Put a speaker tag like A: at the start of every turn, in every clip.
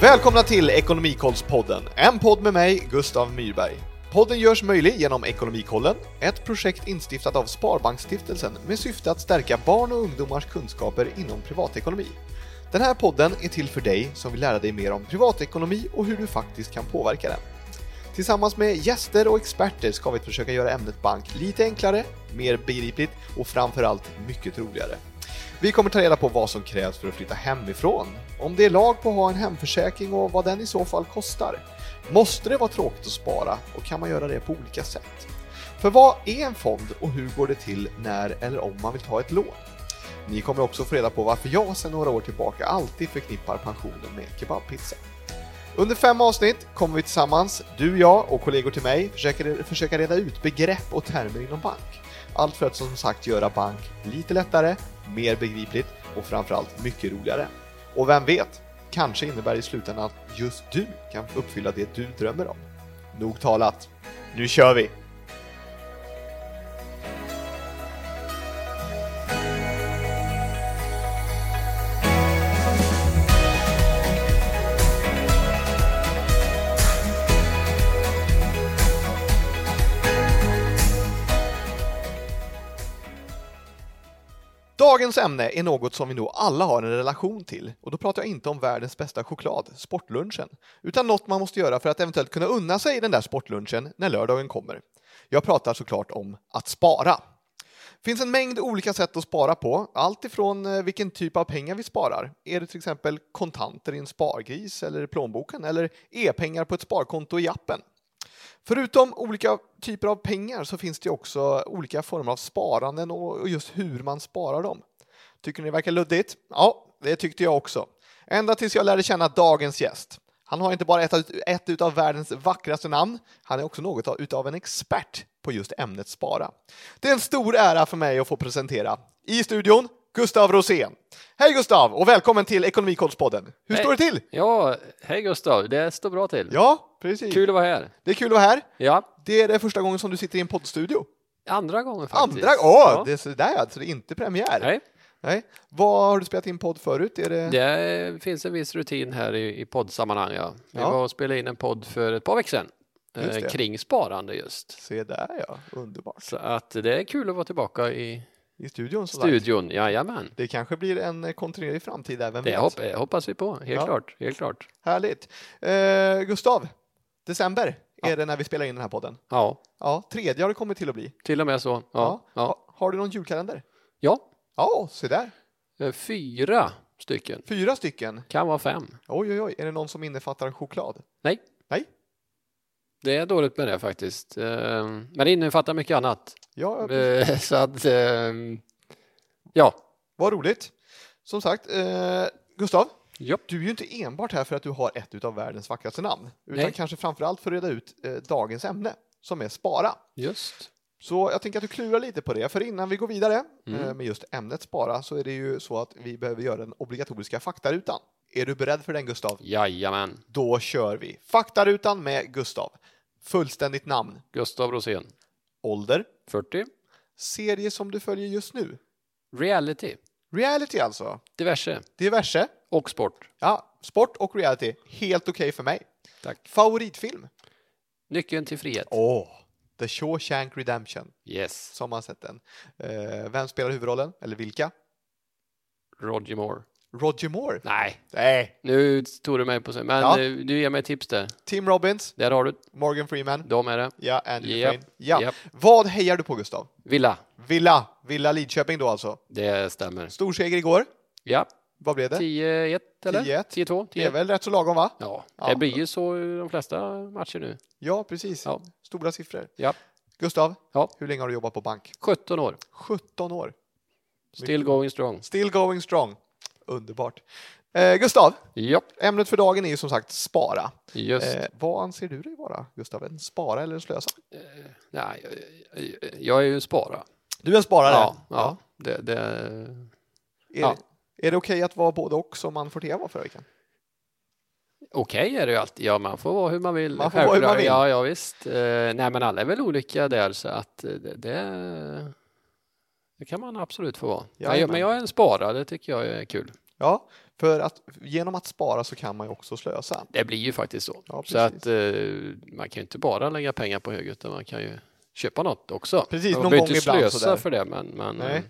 A: Välkomna till Ekonomikollspodden, en podd med mig, Gustav Myrberg. Podden görs möjlig genom Ekonomikollen, ett projekt instiftat av Sparbanksstiftelsen med syfte att stärka barn och ungdomars kunskaper inom privatekonomi. Den här podden är till för dig som vill lära dig mer om privatekonomi och hur du faktiskt kan påverka den. Tillsammans med gäster och experter ska vi försöka göra ämnet bank lite enklare, mer begripligt och framförallt mycket roligare. Vi kommer ta reda på vad som krävs för att flytta hemifrån, om det är lag på att ha en hemförsäkring och vad den i så fall kostar. Måste det vara tråkigt att spara och kan man göra det på olika sätt? För vad är en fond och hur går det till när eller om man vill ta ett lån? Ni kommer också få reda på varför jag sedan några år tillbaka alltid förknippar pensionen med kebabpizza. Under fem avsnitt kommer vi tillsammans, du, jag och kollegor till mig, försöka, försöka reda ut begrepp och termer inom bank. Allt för att som sagt göra bank lite lättare, mer begripligt och framförallt mycket roligare. Och vem vet, kanske innebär det i slutändan att just du kan uppfylla det du drömmer om. Nog talat, nu kör vi! Dagens ämne är något som vi nog alla har en relation till och då pratar jag inte om världens bästa choklad, sportlunchen, utan något man måste göra för att eventuellt kunna unna sig den där sportlunchen när lördagen kommer. Jag pratar såklart om att spara. Det finns en mängd olika sätt att spara på, allt ifrån eh, vilken typ av pengar vi sparar. Är det till exempel kontanter i en spargris eller i plånboken eller e-pengar på ett sparkonto i appen? Förutom olika typer av pengar så finns det ju också olika former av sparanden och och just hur man sparar dem. Tycker ni det verkar luddigt? Ja, det tyckte jag också. Ända tills jag lärde känna dagens gäst. Han har inte bara ett, av- ett utav världens vackraste namn, han är också något av- utav en expert på just ämnet spara. Det är en stor ära för mig att få presentera i studion Gustav Rosén. Hej Gustav och välkommen till Ekonomikollspodden. Hur
B: Hej.
A: står det till?
B: Ja, hej Gustav, det står bra till.
A: Ja, precis.
B: Kul att vara här.
A: Det är kul att vara här.
B: Ja,
A: Det är det första gången som du sitter i en poddstudio.
B: andra gången faktiskt.
A: Andra, åh,
B: ja.
A: det är sådär alltså, det är inte premiär. Nej.
B: Nej,
A: Vad har du spelat in podd förut? Är det...
B: det finns en viss rutin här i, i poddsammanhang. Ja. Vi
A: Ja.
B: var och spelade in en podd för ett par veckor sedan
A: Just det.
B: eh, kring sparande just.
A: Se där ja, underbart.
B: Så att det är kul att vara tillbaka i
A: I studion så sagt.
B: studion. Jajamän,
A: Det kanske blir en eh, kontinuerlig framtid där, vem
B: det
A: vet?
B: hopp, eh, hoppas vi på. Helt
A: Ja.
B: klart, helt klart.
A: Härligt. Eh, Gustav, december är
B: Ja.
A: det när vi spelar in den här podden.
B: Ja,
A: Ja, tredje har det kommit till att bli.
B: till och med så. Ja, ja.
A: Ha- Har du någon julkalender?
B: ja.
A: Ja, se där.
B: Eh, fyra stycken.
A: Fyra stycken.
B: Kan vara fem.
A: Oj, oj, oj. Är det någon som innefattar choklad?
B: Nej.
A: Nej.
B: Det är dåligt med det faktiskt. Eh, Men det innefattar mycket annat.
A: Ja, ja,
B: Eh, Så att, ehm, ja.
A: Vad roligt! Som sagt, eh, Gustav,
B: Japp.
A: du är ju inte enbart här för att du har ett utav världens vackraste namn, utan
B: Nej.
A: kanske framförallt för att reda ut eh, dagens ämne, som är spara.
B: Just.
A: Så jag tänker att du klurar lite på det, för innan vi går vidare
B: Mm.
A: eh, med just ämnet spara så är det ju så att vi behöver göra den obligatoriska faktarutan. Är du beredd för den Gustav?
B: Jajamän.
A: Då kör vi! Faktarutan med Gustav. Fullständigt namn,
B: Gustav Rosén.
A: ålder,
B: 40.
A: serie som du följer just nu,
B: Reality.
A: reality alltså,
B: Diverse.
A: diverse,
B: Och sport.
A: ja, sport och reality, helt okej för mig.
B: Tack.
A: Favoritfilm?
B: Nyckeln till frihet.
A: Åh! The Shawshank Redemption,
B: Yes.
A: som man sett den. Eh, vem spelar huvudrollen? Eller vilka?
B: Roger Moore.
A: Roger Moore?
B: Nej,
A: Nej.
B: nu tog du mig på sig. Men
A: Ja.
B: eh, du ger mig tips där.
A: Tim Robbins?
B: Där har du.
A: Morgan Freeman?
B: De är det.
A: Ja, Andrew
B: Japp,
A: Dufresne. Ja.
B: japp.
A: Vad hejar du på, Gustav?
B: Villa.
A: Villa. Villa Lidköping då alltså.
B: Det stämmer.
A: Stor seger igår.
B: Ja.
A: Vad blev det?
B: 10-1 eller?
A: 10-1.
B: 10-2.
A: Det är
B: 10-1.
A: väl rätt så lagom, va?
B: Ja,
A: Ja.
B: det blir ju så i de flesta matcher nu.
A: Ja, precis.
B: Ja.
A: Stora siffror.
B: Ja.
A: Gustav,
B: Ja.
A: hur länge har du jobbat på bank?
B: 17 år.
A: 17 år.
B: Still going strong.
A: Still going strong. Underbart. Eh, Gustav,
B: Ja,
A: ämnet för dagen är ju som sagt spara.
B: just.
A: Eh, vad anser du dig vara, Gustav? En spara eller en slösa?
B: Nej, jag- jag- jag är ju en spara.
A: Du är en sparare.
B: Ja, ja. Det, det,
A: Är,
B: Ja.
A: är det okej att vara både och som man får till att vara förra veckan?
B: okej är det ju alltid. Ja, man får vara hur man vill.
A: Man får vara hur man
B: Självklart.
A: vill.
B: Ja, ja visst. Eh, nej, men alla är väl olika där så att eh, det, det, det kan man absolut få vara. Nej,
A: Jajamän.
B: men jag är en spara, det tycker jag är kul.
A: Ja, för att genom att spara så kan man ju också slösa.
B: Det blir ju faktiskt så.
A: Ja, precis.
B: så att eh, man kan ju inte bara lägga pengar på hög utan man kan ju köpa något också.
A: Precis,
B: man
A: någon
B: behöver
A: gång
B: inte
A: ibland
B: slösa
A: sådär.
B: för det men, men
A: Nej,
B: eh,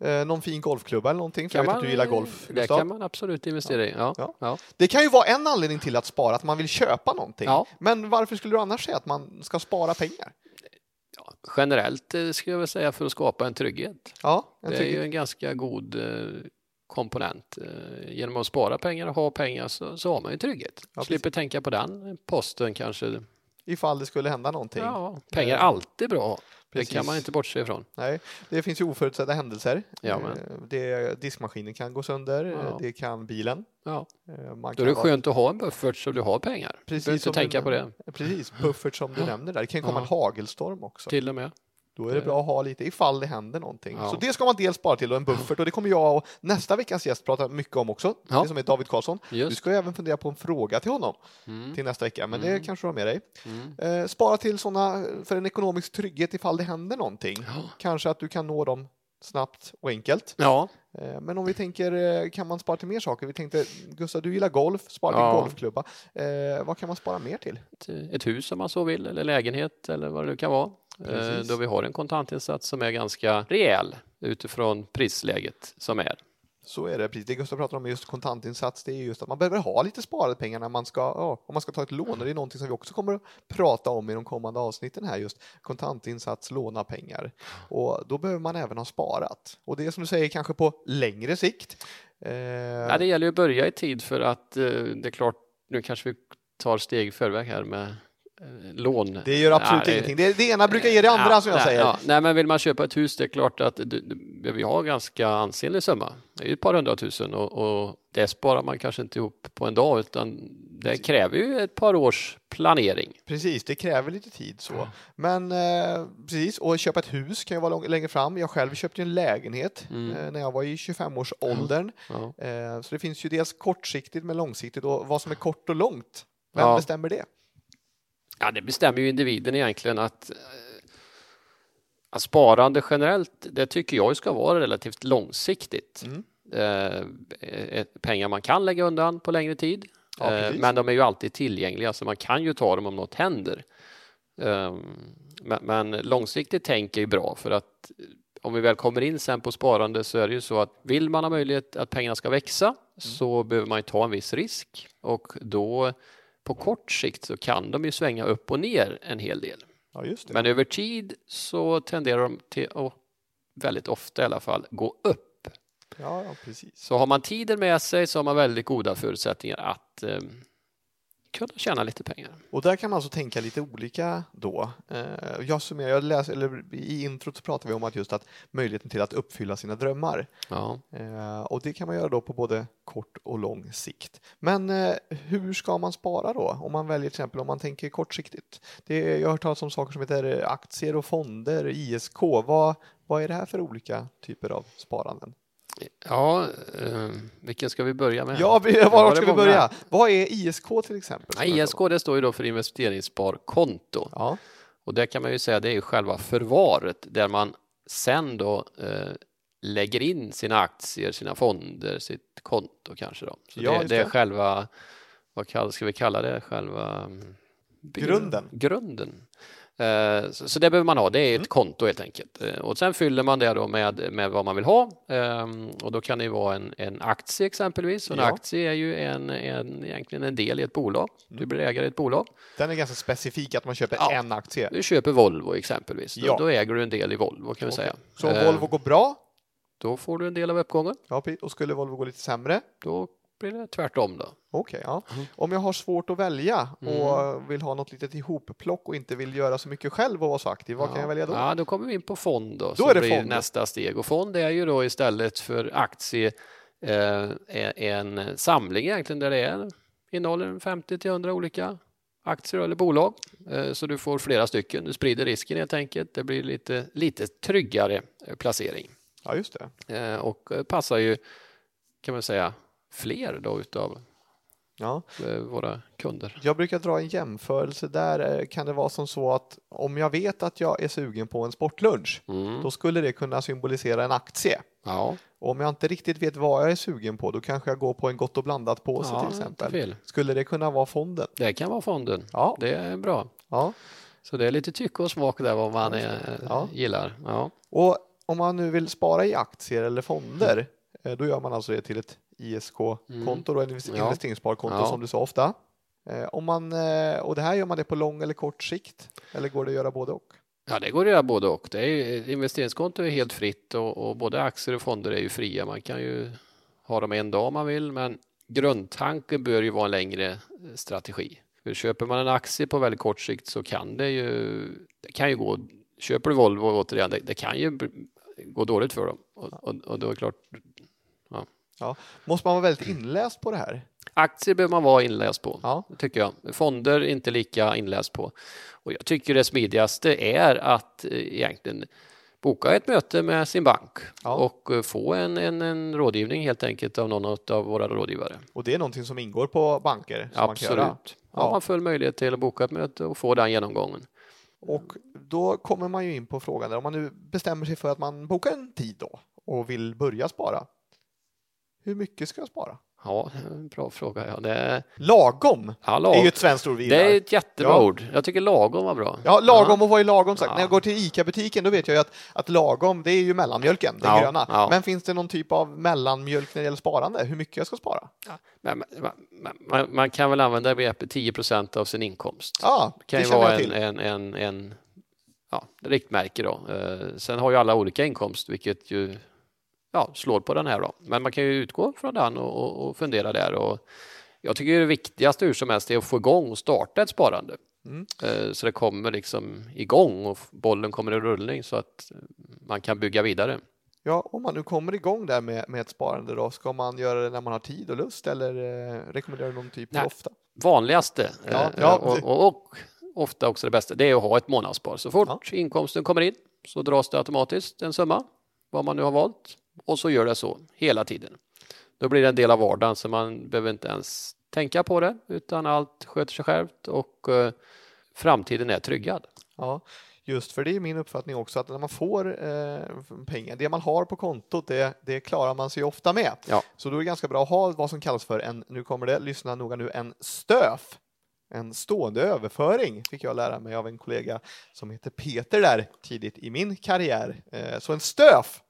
A: Eh, någon fin golfklubba eller någonting, för
B: kan
A: jag vet
B: man,
A: att du gillar golf.
B: Det
A: Gustav.
B: kan man absolut investera i. Ja,
A: Ja.
B: ja. Ja.
A: Det kan ju vara en anledning till att spara, att man vill köpa någonting.
B: Ja.
A: Men varför skulle du annars säga att man ska spara pengar?
B: Generellt eh, skulle jag väl säga för att skapa en trygghet.
A: Ja, jag
B: det är
A: tycker,
B: ju en ganska god eh, komponent. Eh, genom att spara pengar och ha pengar så, så har man ju trygghet.
A: Ja,
B: Slipper tänka på den posten kanske.
A: ifall det skulle hända någonting.
B: Ja, pengar är alltid bra.
A: Eh, Precis.
B: Det kan man inte bortse ifrån.
A: Nej, det finns ju oförutsedda händelser.
B: Ja, men.
A: Eh, Det, diskmaskinen kan gå sönder, eh,
B: Ja.
A: det kan bilen.
B: Ja.
A: eh, Man
B: Då är
A: kan
B: det
A: vara-
B: skönt att ha en buffert så du har pengar.
A: Precis
B: Precis du behöver
A: som
B: inte tänka
A: en-
B: på det,
A: Precis, buffert som du nämner där. Det kan ju komma
B: Ja.
A: en hagelstorm också.
B: till och med.
A: Då är det bra att ha lite ifall det händer någonting.
B: Ja.
A: Så det ska man dels spara till och en buffert och det kommer jag och nästa veckans gäst prata mycket om också.
B: Ja.
A: Det som är David Karlsson.
B: Just.
A: Du ska ju även fundera på en fråga till honom
B: Mm.
A: till nästa vecka, men det kanske du har med dig.
B: Mm.
A: Eh, spara till såna för en ekonomisk trygghet ifall det händer någonting.
B: Ja.
A: Kanske att du kan nå dem snabbt och enkelt.
B: Ja,
A: Eh, Men om vi tänker, eh, kan man spara till mer saker? Vi tänkte, Gustav, du gillar golf, spara till
B: Ja.
A: golfklubba. Eh, vad kan man spara mer till?
B: ett, ett hus om man så vill, eller lägenhet eller vad det nu kan vara. Eh,
A: Precis.
B: då vi har en kontantinsats som är ganska rejäl utifrån prisläget som är.
A: Eh. Så är det, precis. Det Gustav pratar om med just kontantinsats, det är just att man behöver ha lite sparade pengar när man ska, ja, om man ska ta ett lån. Och det är någonting som vi också kommer att prata om i de kommande avsnitten här, just kontantinsats, låna pengar. Och då behöver man även ha sparat. Och det är som du säger, kanske på längre sikt. Eh,
B: Ja, det gäller ju att börja i tid för att eh, det är klart, nu kanske vi tar steg i förväg här med eh, lån.
A: det gör absolut
B: Nej,
A: ingenting. Det, det ena brukar ge det andra,
B: Ja,
A: som jag
B: nej,
A: säger.
B: ja. Nej, men vill man köpa ett hus, det är klart att du, du, vi har ganska ansenlig summa. Det är ju ett par hundratusen och, och det sparar man kanske inte ihop på en dag, utan det kräver ju ett par års planering.
A: Precis, det kräver lite tid så. Men eh, precis, och köpa ett hus kan ju vara lång, längre fram. Jag själv köpte ju en lägenhet eh, när jag var i 25-årsåldern.
B: Mm. Ja.
A: Eh, så det finns ju dels kortsiktigt men långsiktigt och vad som är kort och långt. Vem
B: Ja.
A: bestämmer det?
B: Ja, det bestämmer ju individen egentligen att, eh, att sparande generellt, det tycker jag ju ska vara relativt långsiktigt.
A: Mm.
B: Eh, eh, pengar man kan lägga undan på längre tid,
A: Ja,
B: eh,
A: precis.
B: men de är ju alltid tillgängliga så man kan ju ta dem om något händer. Eh, men, men långsiktigt tänk är ju bra för att eh, om vi väl kommer in sen på sparande så är det ju så att vill man ha möjlighet att pengarna ska växa
A: Mm.
B: så behöver man ju ta en viss risk och då på kort sikt så kan de ju svänga upp och ner en hel del.
A: Ja, just det.
B: Men över tid så tenderar de till att väldigt ofta i alla fall gå upp.
A: Ja, ja, precis.
B: Så har man tiden med sig så har man väldigt goda förutsättningar att eh, kunna tjäna lite pengar.
A: Och där kan man alltså tänka lite olika då. Eh, jag summerar, jag läser, eller i introt så pratar vi om att just att möjligheten till att uppfylla sina drömmar.
B: Ja.
A: Eh, och det kan man göra då på både kort och lång sikt. Men eh, hur ska man spara då? Om man väljer till exempel om man tänker kortsiktigt. Det, jag har hört talas om saker som heter eh, aktier och fonder, ISK. Vad, vad är det här för olika typer av sparanden?
B: ja, eh, vilken ska vi börja med?
A: Ja, vi-
B: var
A: var
B: det
A: ska vi
B: många.
A: börja? Vad är ISK till exempel?
B: Ja, ISK det står ju då för investeringssparkonto.
A: Ja,
B: Och det kan man ju säga, det är ju själva förvaret där man sen då eh, lägger in sina aktier, sina fonder, sitt konto kanske då. Så
A: Ja,
B: det,
A: just
B: det är
A: det.
B: själva, vad kall, ska vi kalla det, själva mm, bygg-
A: Grunden. Mm.
B: Grunden. Eh, så, så det behöver man ha, det är ett konto helt enkelt. Eh, och sen fyller man det då med, med vad man vill ha. Ehm, och då kan det ju vara en, en aktie exempelvis. Och en
A: Ja.
B: aktie är ju en, en, egentligen en del i ett bolag. Du
A: Mm.
B: blir ägare i ett bolag.
A: den är ganska specifik att man köper
B: Ja.
A: en aktie.
B: Du köper Volvo exempelvis.
A: Ja.
B: Då, då äger du en del i Volvo kan vi säga.
A: Så om
B: Eh,
A: Volvo går bra,
B: Då får du en del av uppgången.
A: ja, precis. och skulle Volvo gå lite sämre,
B: Då blir det tvärtom då.
A: Okej, ja.
B: Mm.
A: Om jag har svårt att välja och vill ha något litet ihopplock och inte vill göra så mycket själv och vara så aktiv, vad kan jag välja då?
B: Ja, då kommer vi in på fond då. som
A: är det
B: blir
A: fond.
B: nästa steg. Och fond är ju då istället för aktie eh, är en samling egentligen där det är, innehåller 50 till 100 olika aktier eller bolag. Eh, så du får flera stycken. Du sprider risken helt enkelt. Det blir lite, lite tryggare eh, placering.
A: Ja, just det.
B: Eh, och eh, passar ju, kan man säga, fler då utav
A: Ja.
B: eh, våra kunder.
A: Jag brukar dra en jämförelse där. eh, Kan det vara som så att om jag vet att jag är sugen på en sportlunch,
B: Mm.
A: då skulle det kunna symbolisera en aktie.
B: Ja,
A: Och om jag inte riktigt vet vad jag är sugen på, då kanske jag går på en gott och blandat påse
B: Ja,
A: till
B: inte
A: exempel.
B: fel.
A: Skulle det kunna vara fonden?
B: det kan vara fonden.
A: Ja.
B: Det är bra.
A: Ja.
B: Så det är lite tycke och smak där vad man eh,
A: Ja.
B: gillar. Ja.
A: Och om man nu vill spara i aktier eller fonder,
B: Mm.
A: eh, då gör man alltså det till ett ISK-konto, då, ett
B: Ja.
A: investeringssparkonto
B: Ja.
A: som du sa ofta. Eh, Om man, eh, och det här gör man det på lång eller kort sikt, eller går det att göra både och?
B: ja, det går att göra både och. Det är ju, eh, investeringskonto är helt fritt och, och både aktier och fonder är ju fria. Man kan ju ha dem en dag om man vill, men grundtanken bör ju vara en längre eh, strategi. För köper man en aktie på väldigt kort sikt så kan det ju, det kan ju gå, köper du Volvo återigen, det, det kan ju bli- gå dåligt för dem. Och, och, och då är det klart,
A: Måste man vara väldigt inläst på det här?
B: Aktier behöver man vara inläst på,
A: Ja.
B: tycker jag. Fonder inte lika inläst på. Och jag tycker det smidigaste är att eh, egentligen boka ett möte med sin bank
A: Ja.
B: och eh, få en, en, en rådgivning helt enkelt av någon av våra rådgivare.
A: Och det är någonting som ingår på banker? Som Man
B: Absolut.
A: kan göra.
B: Ja.
A: Ja.
B: man får möjlighet till att boka ett möte och få den genomgången.
A: Och då kommer man ju in på frågan där, om man nu bestämmer sig för att man bokar en tid då och vill börja spara. Hur mycket ska jag spara?
B: Ja, en bra fråga. Ja, det är,
A: Lagom
B: ja,
A: är
B: lag...
A: ju ett svenskt ord vi
B: det är
A: gillar.
B: ett jättebra
A: Ja.
B: ord. Jag tycker lagom var bra.
A: Ja, lagom och vad är lagom sagt?
B: Ja.
A: När jag går till ICA-butiken då vet jag ju att, att lagom, det är ju mellanmjölken, den
B: Ja,
A: gröna.
B: ja.
A: Men finns det någon typ av mellanmjölk när det gäller sparande? Hur mycket jag ska spara?
B: Men, man, man, man kan väl använda begreppet 10 av sin inkomst.
A: Ja,
B: Det kan
A: det
B: ju
A: känner
B: vara
A: jag
B: en,
A: till.
B: en, en, en ja, riktmärke då. Eh, sen har ju alla olika inkomst, vilket ju ja, slår på den här då. Men man kan ju utgå från den och, och, och fundera där. Och jag tycker det viktigaste hur som helst är att få igång och starta ett sparande.
A: Mm.
B: Eh, så det kommer liksom igång och f- bollen kommer i rullning så att man kan bygga vidare.
A: Ja, om man nu kommer igång där med, med ett sparande då, ska man göra det när man har tid och lust eller eh, rekommenderar du någon typ
B: Nej.
A: ofta?
B: Vanligaste
A: Ja,
B: eh,
A: ja,
B: och,
A: det-
B: och, och ofta också det bästa, det är att ha ett månadsspar. Så fort
A: Ja.
B: inkomsten kommer in så dras det automatiskt en summa, vad man nu har valt, och så gör det så hela tiden. Då blir det en del av vardagen så man behöver inte ens tänka på det utan allt sköter sig självt och eh, framtiden är tryggad.
A: Ja, just för det är min uppfattning också att när man får eh, pengar, det man har på kontot, det, det klarar man sig ofta med.
B: Ja.
A: Så då är det ganska bra att ha vad som kallas för en, nu kommer det, lyssna noga nu, en STÖF. En stående överföring fick jag lära mig av en kollega som heter Peter där tidigt i min karriär. Eh, så en STÖF,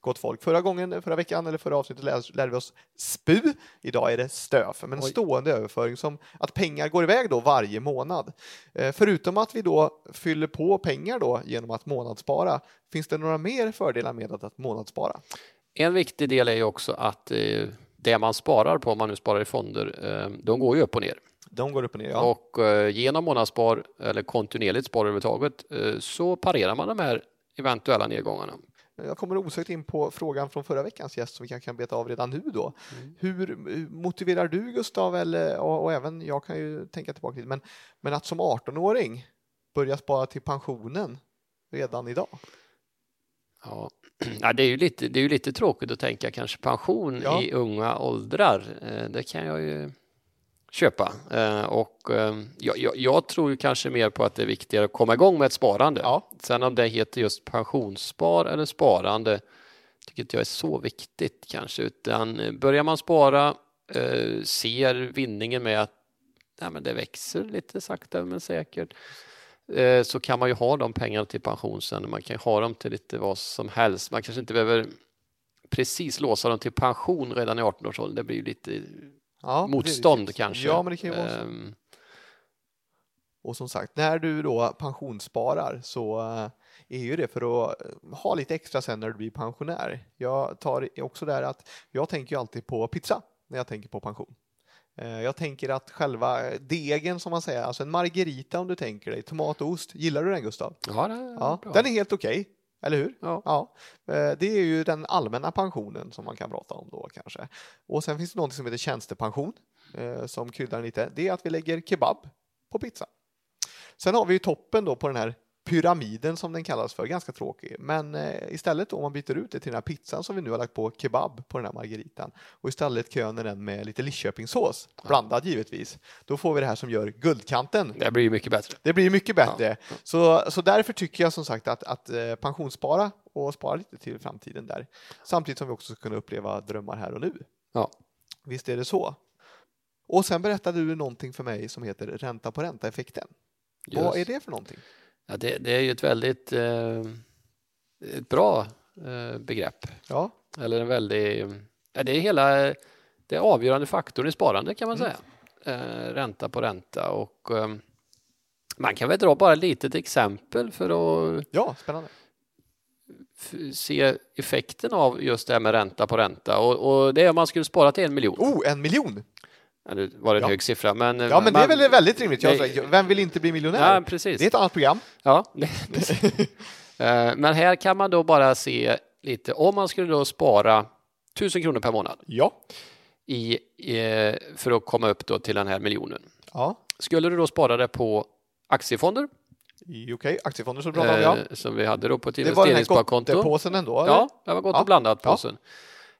A: gott folk. Förra gången, förra veckan eller förra avsnittet lär, lärde vi oss SPU. Idag är det STÖF, men en
B: Oj.
A: stående överföring som att pengar går iväg då varje månad. Eh, Förutom att vi då fyller på pengar då genom att månadsspara, finns det några mer fördelar med att, att månadsspara?
B: En viktig del är ju också att eh, det man sparar på, om man nu sparar i fonder, eh, de går ju upp och ner.
A: De går upp och ner, ja.
B: Och eh, genom månadsspar eller kontinuerligt spar överhuvudtaget eh, så parerar man de här eventuella nedgångarna.
A: Jag kommer osökt in på frågan från förra veckans gäst som vi kanske kan beta av redan nu då. Hur eh, motiverar du Gustav, eller, och, och även jag kan ju tänka tillbaka lite, men, men att som 18-åring börja spara till pensionen redan idag?
B: Ja. Ja, det, är ju lite, det är ju lite tråkigt att tänka kanske pension
A: Ja.
B: i unga åldrar. Eh, Det kan jag ju köpa. Eh, Och eh, jag, jag, jag tror ju kanske mer på att det är viktigare att komma igång med ett sparande.
A: Ja.
B: Sen om det heter just pensionsspar eller sparande tycker inte jag är så viktigt kanske. Utan eh, börjar man spara, eh, ser vinningen med att nej, men det växer lite sakta men säkert eh, så kan man ju ha de pengarna till pension sen. Man kan ju ha dem till lite vad som helst. Man kanske inte behöver precis låsa dem till pension redan i 18-årsåldern. Det blir ju lite
A: Ja, det är
B: motstånd
A: riktigt.
B: kanske.
A: Ja, men det kan ju vara så.
B: Ehm,
A: Och som sagt, när du då pensionssparar så eh, är ju det för att eh, ha lite extra sen när du blir pensionär. Jag tar i- också där att jag tänker ju alltid på pizza när jag tänker på pension. Eh, Jag tänker att själva eh, degen som man säger, alltså en margarita om du tänker dig, tomat och ost, gillar du den Gustav?
B: Ja, det är
A: Ja,
B: bra.
A: den är helt okej, eller hur?
B: Ja.
A: Eh, Det är ju den allmänna pensionen som man kan prata om då kanske. Och sen finns det någonting som heter tjänstepension eh, som kryddar lite. Det är att vi lägger kebab på pizza. Sen har vi ju toppen då på den här pyramiden som den kallas för, ganska tråkig. Men eh, istället då, om man byter ut det till den här pizzan som vi nu har lagt på kebab på den här margaritan och istället kröner den med lite Lidköpingssås, blandad givetvis, då får vi det här som gör guldkanten.
B: Det blir ju mycket bättre.
A: Det blir mycket bättre. Så, så därför tycker jag som sagt att, att eh, pensionsspara och spara lite till framtiden där. Samtidigt som vi också ska kunna uppleva drömmar här och nu.
B: Ja.
A: Visst är det så? Och sen berättade du någonting för mig som heter ränta på ränta-effekten. Vad är
B: Just.
A: det för någonting?
B: Ja, det, det är ju ett väldigt eh, ett bra eh, begrepp.
A: Ja,
B: Eller en väldigt... Ja, det är hela det är avgörande faktorn i sparande kan man
A: Mm.
B: säga. Eh, ränta på ränta och eh, man kan väl dra bara ett litet exempel för att
A: ja spännande.
B: f- se effekten av just det här med ränta på ränta och, och det är om man skulle spara till en miljon.
A: Oh, en miljon!
B: Ja, nu var det en
A: Ja.
B: hög siffra men...
A: Ja, men det är väl väldigt rimligt. Jag,
B: Nej.
A: vem vill inte bli miljonär?
B: Ja, precis.
A: Det är ett annat program.
B: Ja, precis. Eh, men här kan man då bara se lite, om man skulle då spara 1000 kronor per månad
A: Ja.
B: i, eh, för att komma upp då till den här miljonen.
A: Ja,
B: Skulle du då spara det på aktiefonder
A: i- okej. Aktiefonder så pratar vi om, ja.
B: eh, som vi hade då på ett
A: Det var den här
B: investeringssparkonto?
A: gottepåsen ändå, eller?
B: Ja, det var gott
A: Ja.
B: och blandat
A: Ja.
B: påsen.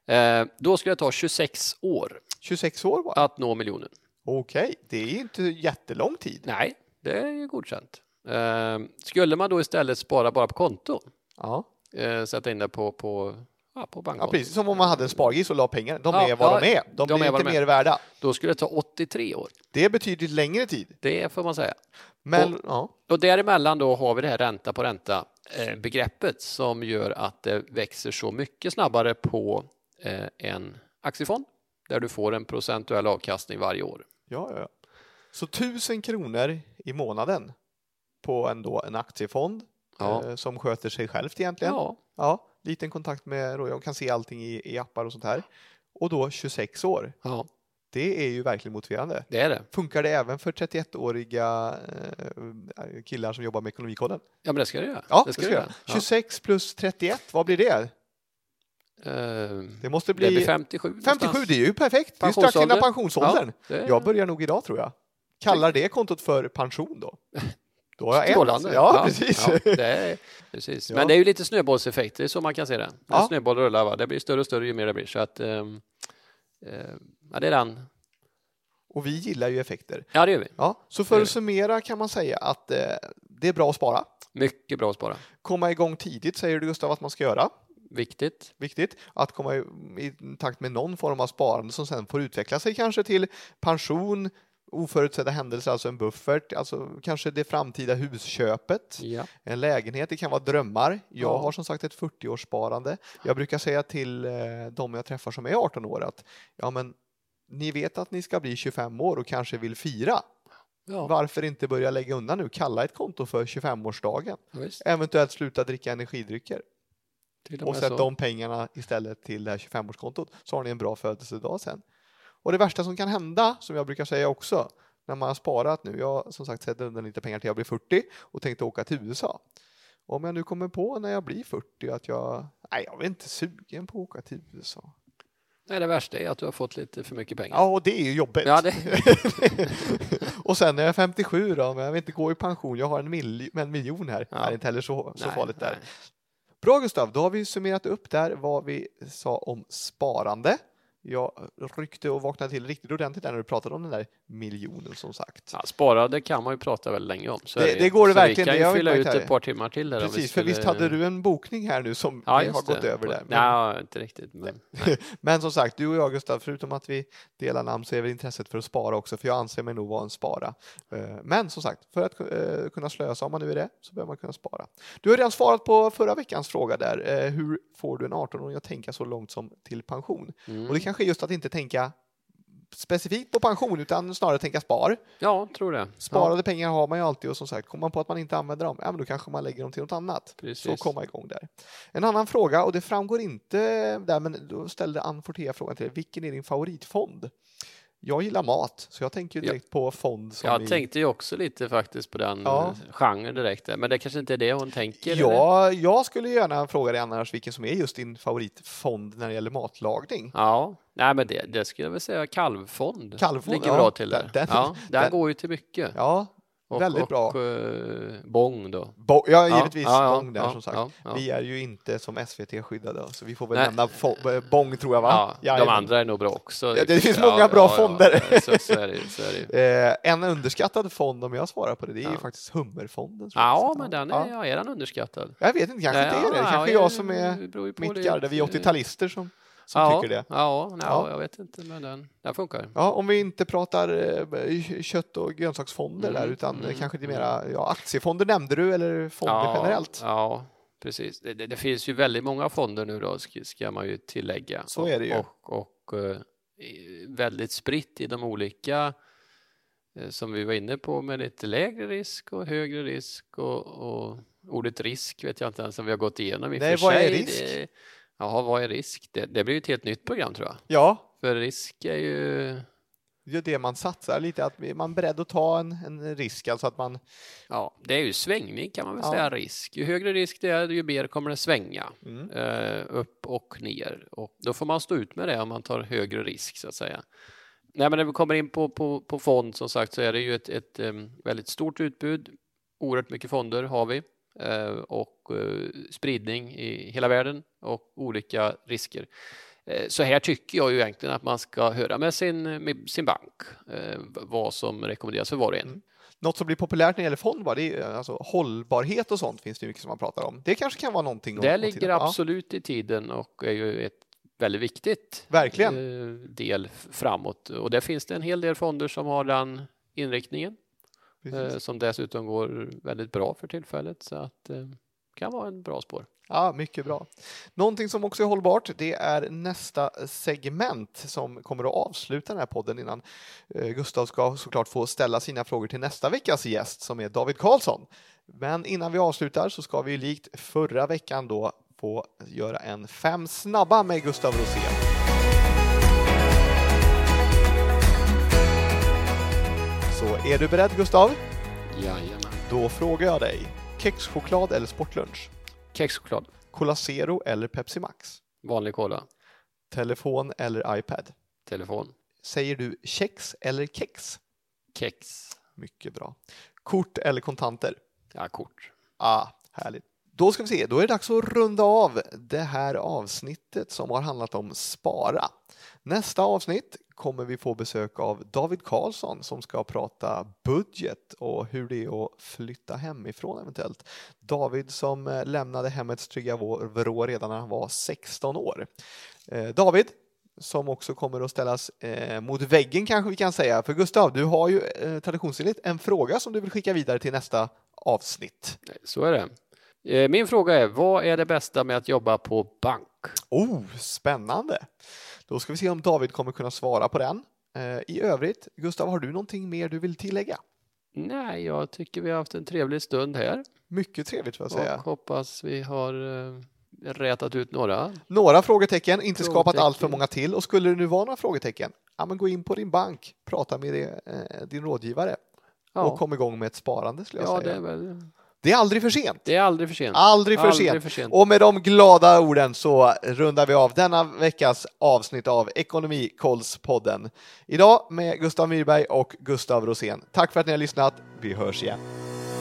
B: Eh, Då skulle det ta 26 år
A: 26 år bara?
B: att nå miljonen.
A: Okej, det är ju inte jättelång tid.
B: Nej, det är ju godkänt. Eh, Skulle man då istället spara bara på konto,
A: Ja.
B: eh, sätta in det på, på, ja, på
A: Ja,
B: bankkonto,
A: precis som om man hade en spargris och la pengar. De
B: Ja,
A: är vad
B: ja,
A: de är. De,
B: de
A: blir
B: är vad
A: inte
B: de är.
A: mer värda.
B: då skulle det ta 83 år.
A: Det är betydligt längre tid.
B: Det får man säga.
A: Men ja,
B: Och däremellan då har vi det här ränta på ränta eh, begreppet som gör att det växer så mycket snabbare på eh, en aktiefond där du får en procentuell avkastning varje år.
A: ja, ja, ja. Så 1000 kronor i månaden på ändå en aktiefond
B: Ja.
A: eh, som sköter sig självt egentligen. Ja.
B: Ja,
A: liten kontakt med Roy. Jag kan se allting i, i appar och sånt här. Och då 26 år.
B: ja,
A: Det är ju verkligen motiverande.
B: det är det.
A: Funkar det även för 31-åriga eh, killar som jobbar med Ekonomikollen?
B: Ja, men det ska du göra.
A: Ja, det
B: ska
A: ska jag. 26 plus 31, vad blir det?
B: Ja. Eh,
A: Det måste
B: det blir,
A: bli
B: 57.
A: 57, det är ju perfekt. Det är ju strax
B: Pensionsålder.
A: innan pensionsåldern.
B: Ja, det,
A: Jag börjar nog idag tror jag. Kallar det kontot för pension då? Då har jag en.
B: Strålande.
A: alltså. Ja, precis.
B: ja, det är, precis.
A: Ja.
B: Men det är ju lite snöbollseffekt, det är så man kan se det. När
A: Ja.
B: Snöboll rullar, va? det blir större och större ju mer det blir. Så att, ehm, eh, ja, det är den.
A: Och vi gillar ju effekter.
B: Ja, det gör vi.
A: Ja, så
B: Det
A: för
B: gör
A: att summera kan man säga att eh, det är bra att spara.
B: Mycket bra att spara.
A: Komma igång tidigt säger du Gustav att man ska göra.
B: Viktigt.
A: Viktigt att komma i, i takt med någon form av sparande som sen får utveckla sig kanske till pension, oförutsedda händelser, alltså en buffert, alltså kanske det framtida husköpet.
B: Ja.
A: En lägenhet, det kan vara drömmar. Jag
B: Ja.
A: har som sagt ett 40-årssparande. Jag brukar säga till eh, de jag träffar som är 18 år att ja, men ni vet att ni ska bli 25 år och kanske vill fira.
B: Ja,
A: Varför inte börja lägga undan nu? Kalla ett konto för 25-årsdagen.
B: visst.
A: Eventuellt sluta dricka energidrycker
B: Till
A: och
B: med
A: sätt
B: så.
A: de pengarna istället till det här 25-årskontot så har ni en bra födelsedag sen. Och det värsta som kan hända, som jag brukar säga också, när man har sparat nu, jag har som sagt sätter undan lite pengar till jag blir 40 och tänkte åka till USA. Om jag nu kommer på när jag blir 40 att jag, nej jag är inte sugen på att åka till USA.
B: Nej, det värsta är att du har fått lite för mycket pengar.
A: Ja, och det är ju jobbigt.
B: Ja, det,
A: och sen när jag är 57 då, men jag vill inte gå i pension, jag har en, mil- en miljon här.
B: Ja.
A: Det är inte heller så, så
B: nej,
A: farligt där.
B: nej.
A: Bra Gustav, då har vi summerat upp där vad vi sa om sparande. Jag ryckte och vaknade till riktigt ordentligt där när du pratade om den där miljonen som sagt.
B: Ja, sparade kan man ju prata väldigt länge om. Så
A: Det-
B: är
A: det går det
B: så
A: verkligen,
B: Vi
A: det
B: kan
A: har
B: ju
A: vi
B: fylla
A: inte
B: ut
A: märkt här.
B: ett par timmar till. Där om vi
A: Precis, för
B: skulle-
A: visst hade du en bokning här nu som
B: Ja,
A: vi har
B: just
A: gått
B: det.
A: över där. Men,
B: Ja, inte riktigt. Men...
A: men som sagt, du och jag Gustav, förutom att vi delar namn så är väl intresset för att spara också, för jag anser mig nog vara en spara. Eh, Men som sagt, för att eh, kunna slösa, om man nu är det, så behöver man kunna spara. Du har redan svarat på förra veckans fråga där, eh, hur får du en 18-åring att tänka så långt som till pension? Och det
B: Mm.
A: kanske är just att inte tänka specifikt på pension utan snarare tänka spar.
B: Ja, tror det.
A: Sparade pengar har man ju alltid och som sagt, kommer man på att man inte använder dem, ja men då kanske man lägger dem till något annat.
B: Ja, precis.
A: Så komma igång där. En annan fråga, och det framgår inte där, men då ställde Ann Fortea frågan till dig, vilken är din favoritfond? Jag gillar mat, så jag tänker ju
B: Ja.
A: direkt på fond som
B: Jag
A: i-
B: tänkte ju också lite faktiskt på den
A: Ja.
B: ja. genren direkt. där. Men det kanske inte är det hon tänker? eller?
A: Ja, jag skulle gärna fråga dig annars vilken som är just din favoritfond när det gäller matlagning.
B: Ja, nej men det, det skulle jag väl säga kalvfond.
A: Kalvfond,
B: Ligger
A: ja.
B: bra till
A: Den- den-
B: där. ja, där
A: den-
B: går ju till mycket.
A: Ja,
B: Och,
A: Väldigt
B: och,
A: bra.
B: eh, Bång då.
A: Bo- ja, givetvis
B: ja, ja,
A: Bång där
B: ja,
A: som sagt.
B: ja, ja.
A: Vi är ju inte som SVT skyddade, så vi får väl
B: Nej.
A: nämna fo- eh, Bång tror jag va?
B: Ja, de
A: Jajamän.
B: andra är nog bra också.
A: Ja, det finns många bra fonder.
B: Så, så är det ju, så är det ju.
A: Eh, en underskattad fond om jag svarar på det, det är ju
B: Ja.
A: faktiskt Hummerfonden. tror jag.
B: Ja, men den
A: Ja.
B: är, ja, är den underskattad?
A: Jag vet inte, kanske
B: Nej,
A: inte är det.
B: ja,
A: kanske
B: ja,
A: jag som är
B: det beror ju på
A: mitt
B: det.
A: garde. Vi är 80-talister som, som
B: ja,
A: tycker det.
B: Ja, nej,
A: Ja.
B: jag vet inte, men den, den funkar.
A: Ja, om vi inte pratar eh, kött och grönsaksfonder
B: Mm,
A: där, utan eh,
B: mm,
A: kanske det är mera ja, aktiefonder nämnde du, eller fonder
B: ja,
A: generellt.
B: Ja, precis. Det, det, det finns ju väldigt många fonder nu då, ska, ska man ju tillägga.
A: Så är det ju.
B: Och, och eh, väldigt spritt i de olika eh, som vi var inne på med lite lägre risk och högre risk och, och ordet risk vet jag inte ens om vi har gått igenom i och
A: Nej,
B: för
A: vad är
B: sig.
A: risk?
B: Det, jaha, vad är risk? Det, det blir ju ett helt nytt program tror jag.
A: Ja,
B: För risk är ju...
A: det är det man satsar lite, att man är beredd att ta en, en risk, alltså att man...
B: Ja, det är ju svängning kan man väl
A: Ja.
B: säga risk. Ju högre risk det är, ju mer kommer det svänga.
A: Mm.
B: eh, upp och ner. Och då får man stå ut med det om man tar högre risk så att säga. Nej, men när vi kommer in på, på, på fond som sagt så är det ju ett, ett em, väldigt stort utbud. Oerhört mycket fonder har vi eh, och eh, spridning i hela världen och olika risker. Eh, Så här tycker jag ju egentligen att man ska höra med sin, med sin bank eh, vad som rekommenderas för var och en.
A: Mm. Något som blir populärt när det gäller fond, bara, det är ju, eh, alltså, hållbarhet och sånt finns det ju mycket som man pratar om. Det kanske kan vara någonting. att-
B: Det
A: att titta
B: ligger
A: på. Ja.
B: absolut i tiden och är ju ett väldigt viktigt
A: Verkligen.
B: eh, del f- framåt. Och där finns det en hel del fonder som har den inriktningen
A: Precis.
B: eh, som dessutom går väldigt bra för tillfället så att eh, kan vara en bra spår.
A: Ja, mycket bra. Någonting som också är hållbart, det är nästa segment som kommer att avsluta den här podden innan eh, Gustav ska såklart få ställa sina frågor till nästa veckas gäst som är David Karlsson. Men innan vi avslutar så ska vi ju likt förra veckan då få göra en fem snabba med Gustav Rosén. Så är du beredd Gustav?
B: Jajamän.
A: Då frågar jag dig. Kexchoklad eller sportlunch?
B: Kexchoklad,
A: Cola Zero eller Pepsi Max?
B: vanlig cola,
A: telefon eller iPad.
B: telefon,
A: Säger du kex eller kex?
B: kex,
A: Mycket bra. Kort eller kontanter?
B: ja, kort.
A: Ah, härligt. Då ska vi se, då är det dags att runda av det här avsnittet som har handlat om spara. Nästa avsnitt kommer vi få besök av David Karlsson som ska prata budget och hur det är att flytta hemifrån eventuellt. David som eh, lämnade hemmets trygga vrå vrå redan när han var 16 år. Eh, David, som också kommer att ställas eh, mot väggen kanske vi kan säga. För Gustav, du har ju eh, traditionsenligt en fråga som du vill skicka vidare till nästa avsnitt.
B: Så är det. Eh, Min fråga är, vad är det bästa med att jobba på bank?
A: Oh, spännande! Då ska vi se om David kommer kunna svara på den. Eh, I övrigt, Gustav, har du någonting mer du vill tillägga?
B: Nej, jag tycker vi har haft en trevlig stund här.
A: Mycket trevligt får jag
B: Och
A: säga.
B: hoppas vi har eh, rätat ut några.
A: Några frågetecken, inte skapat
B: Frågetecken.
A: allt för många till. Och skulle det nu vara några frågetecken, ja, men gå in på din bank, prata med eh, din rådgivare och
B: Ja,
A: kom igång med ett sparande skulle jag Ah,
B: ja det,
A: säga.
B: är väl,
A: det är aldrig för sent.
B: det är aldrig för sent.
A: Aldrig för
B: Aldrig
A: sent.
B: för sent.
A: Och med de glada orden så rundar vi av denna veckas avsnitt av Ekonomikollspodden. Idag med Gustav Myrberg och Gustav Rosén. Tack för att ni har lyssnat. Vi hörs igen.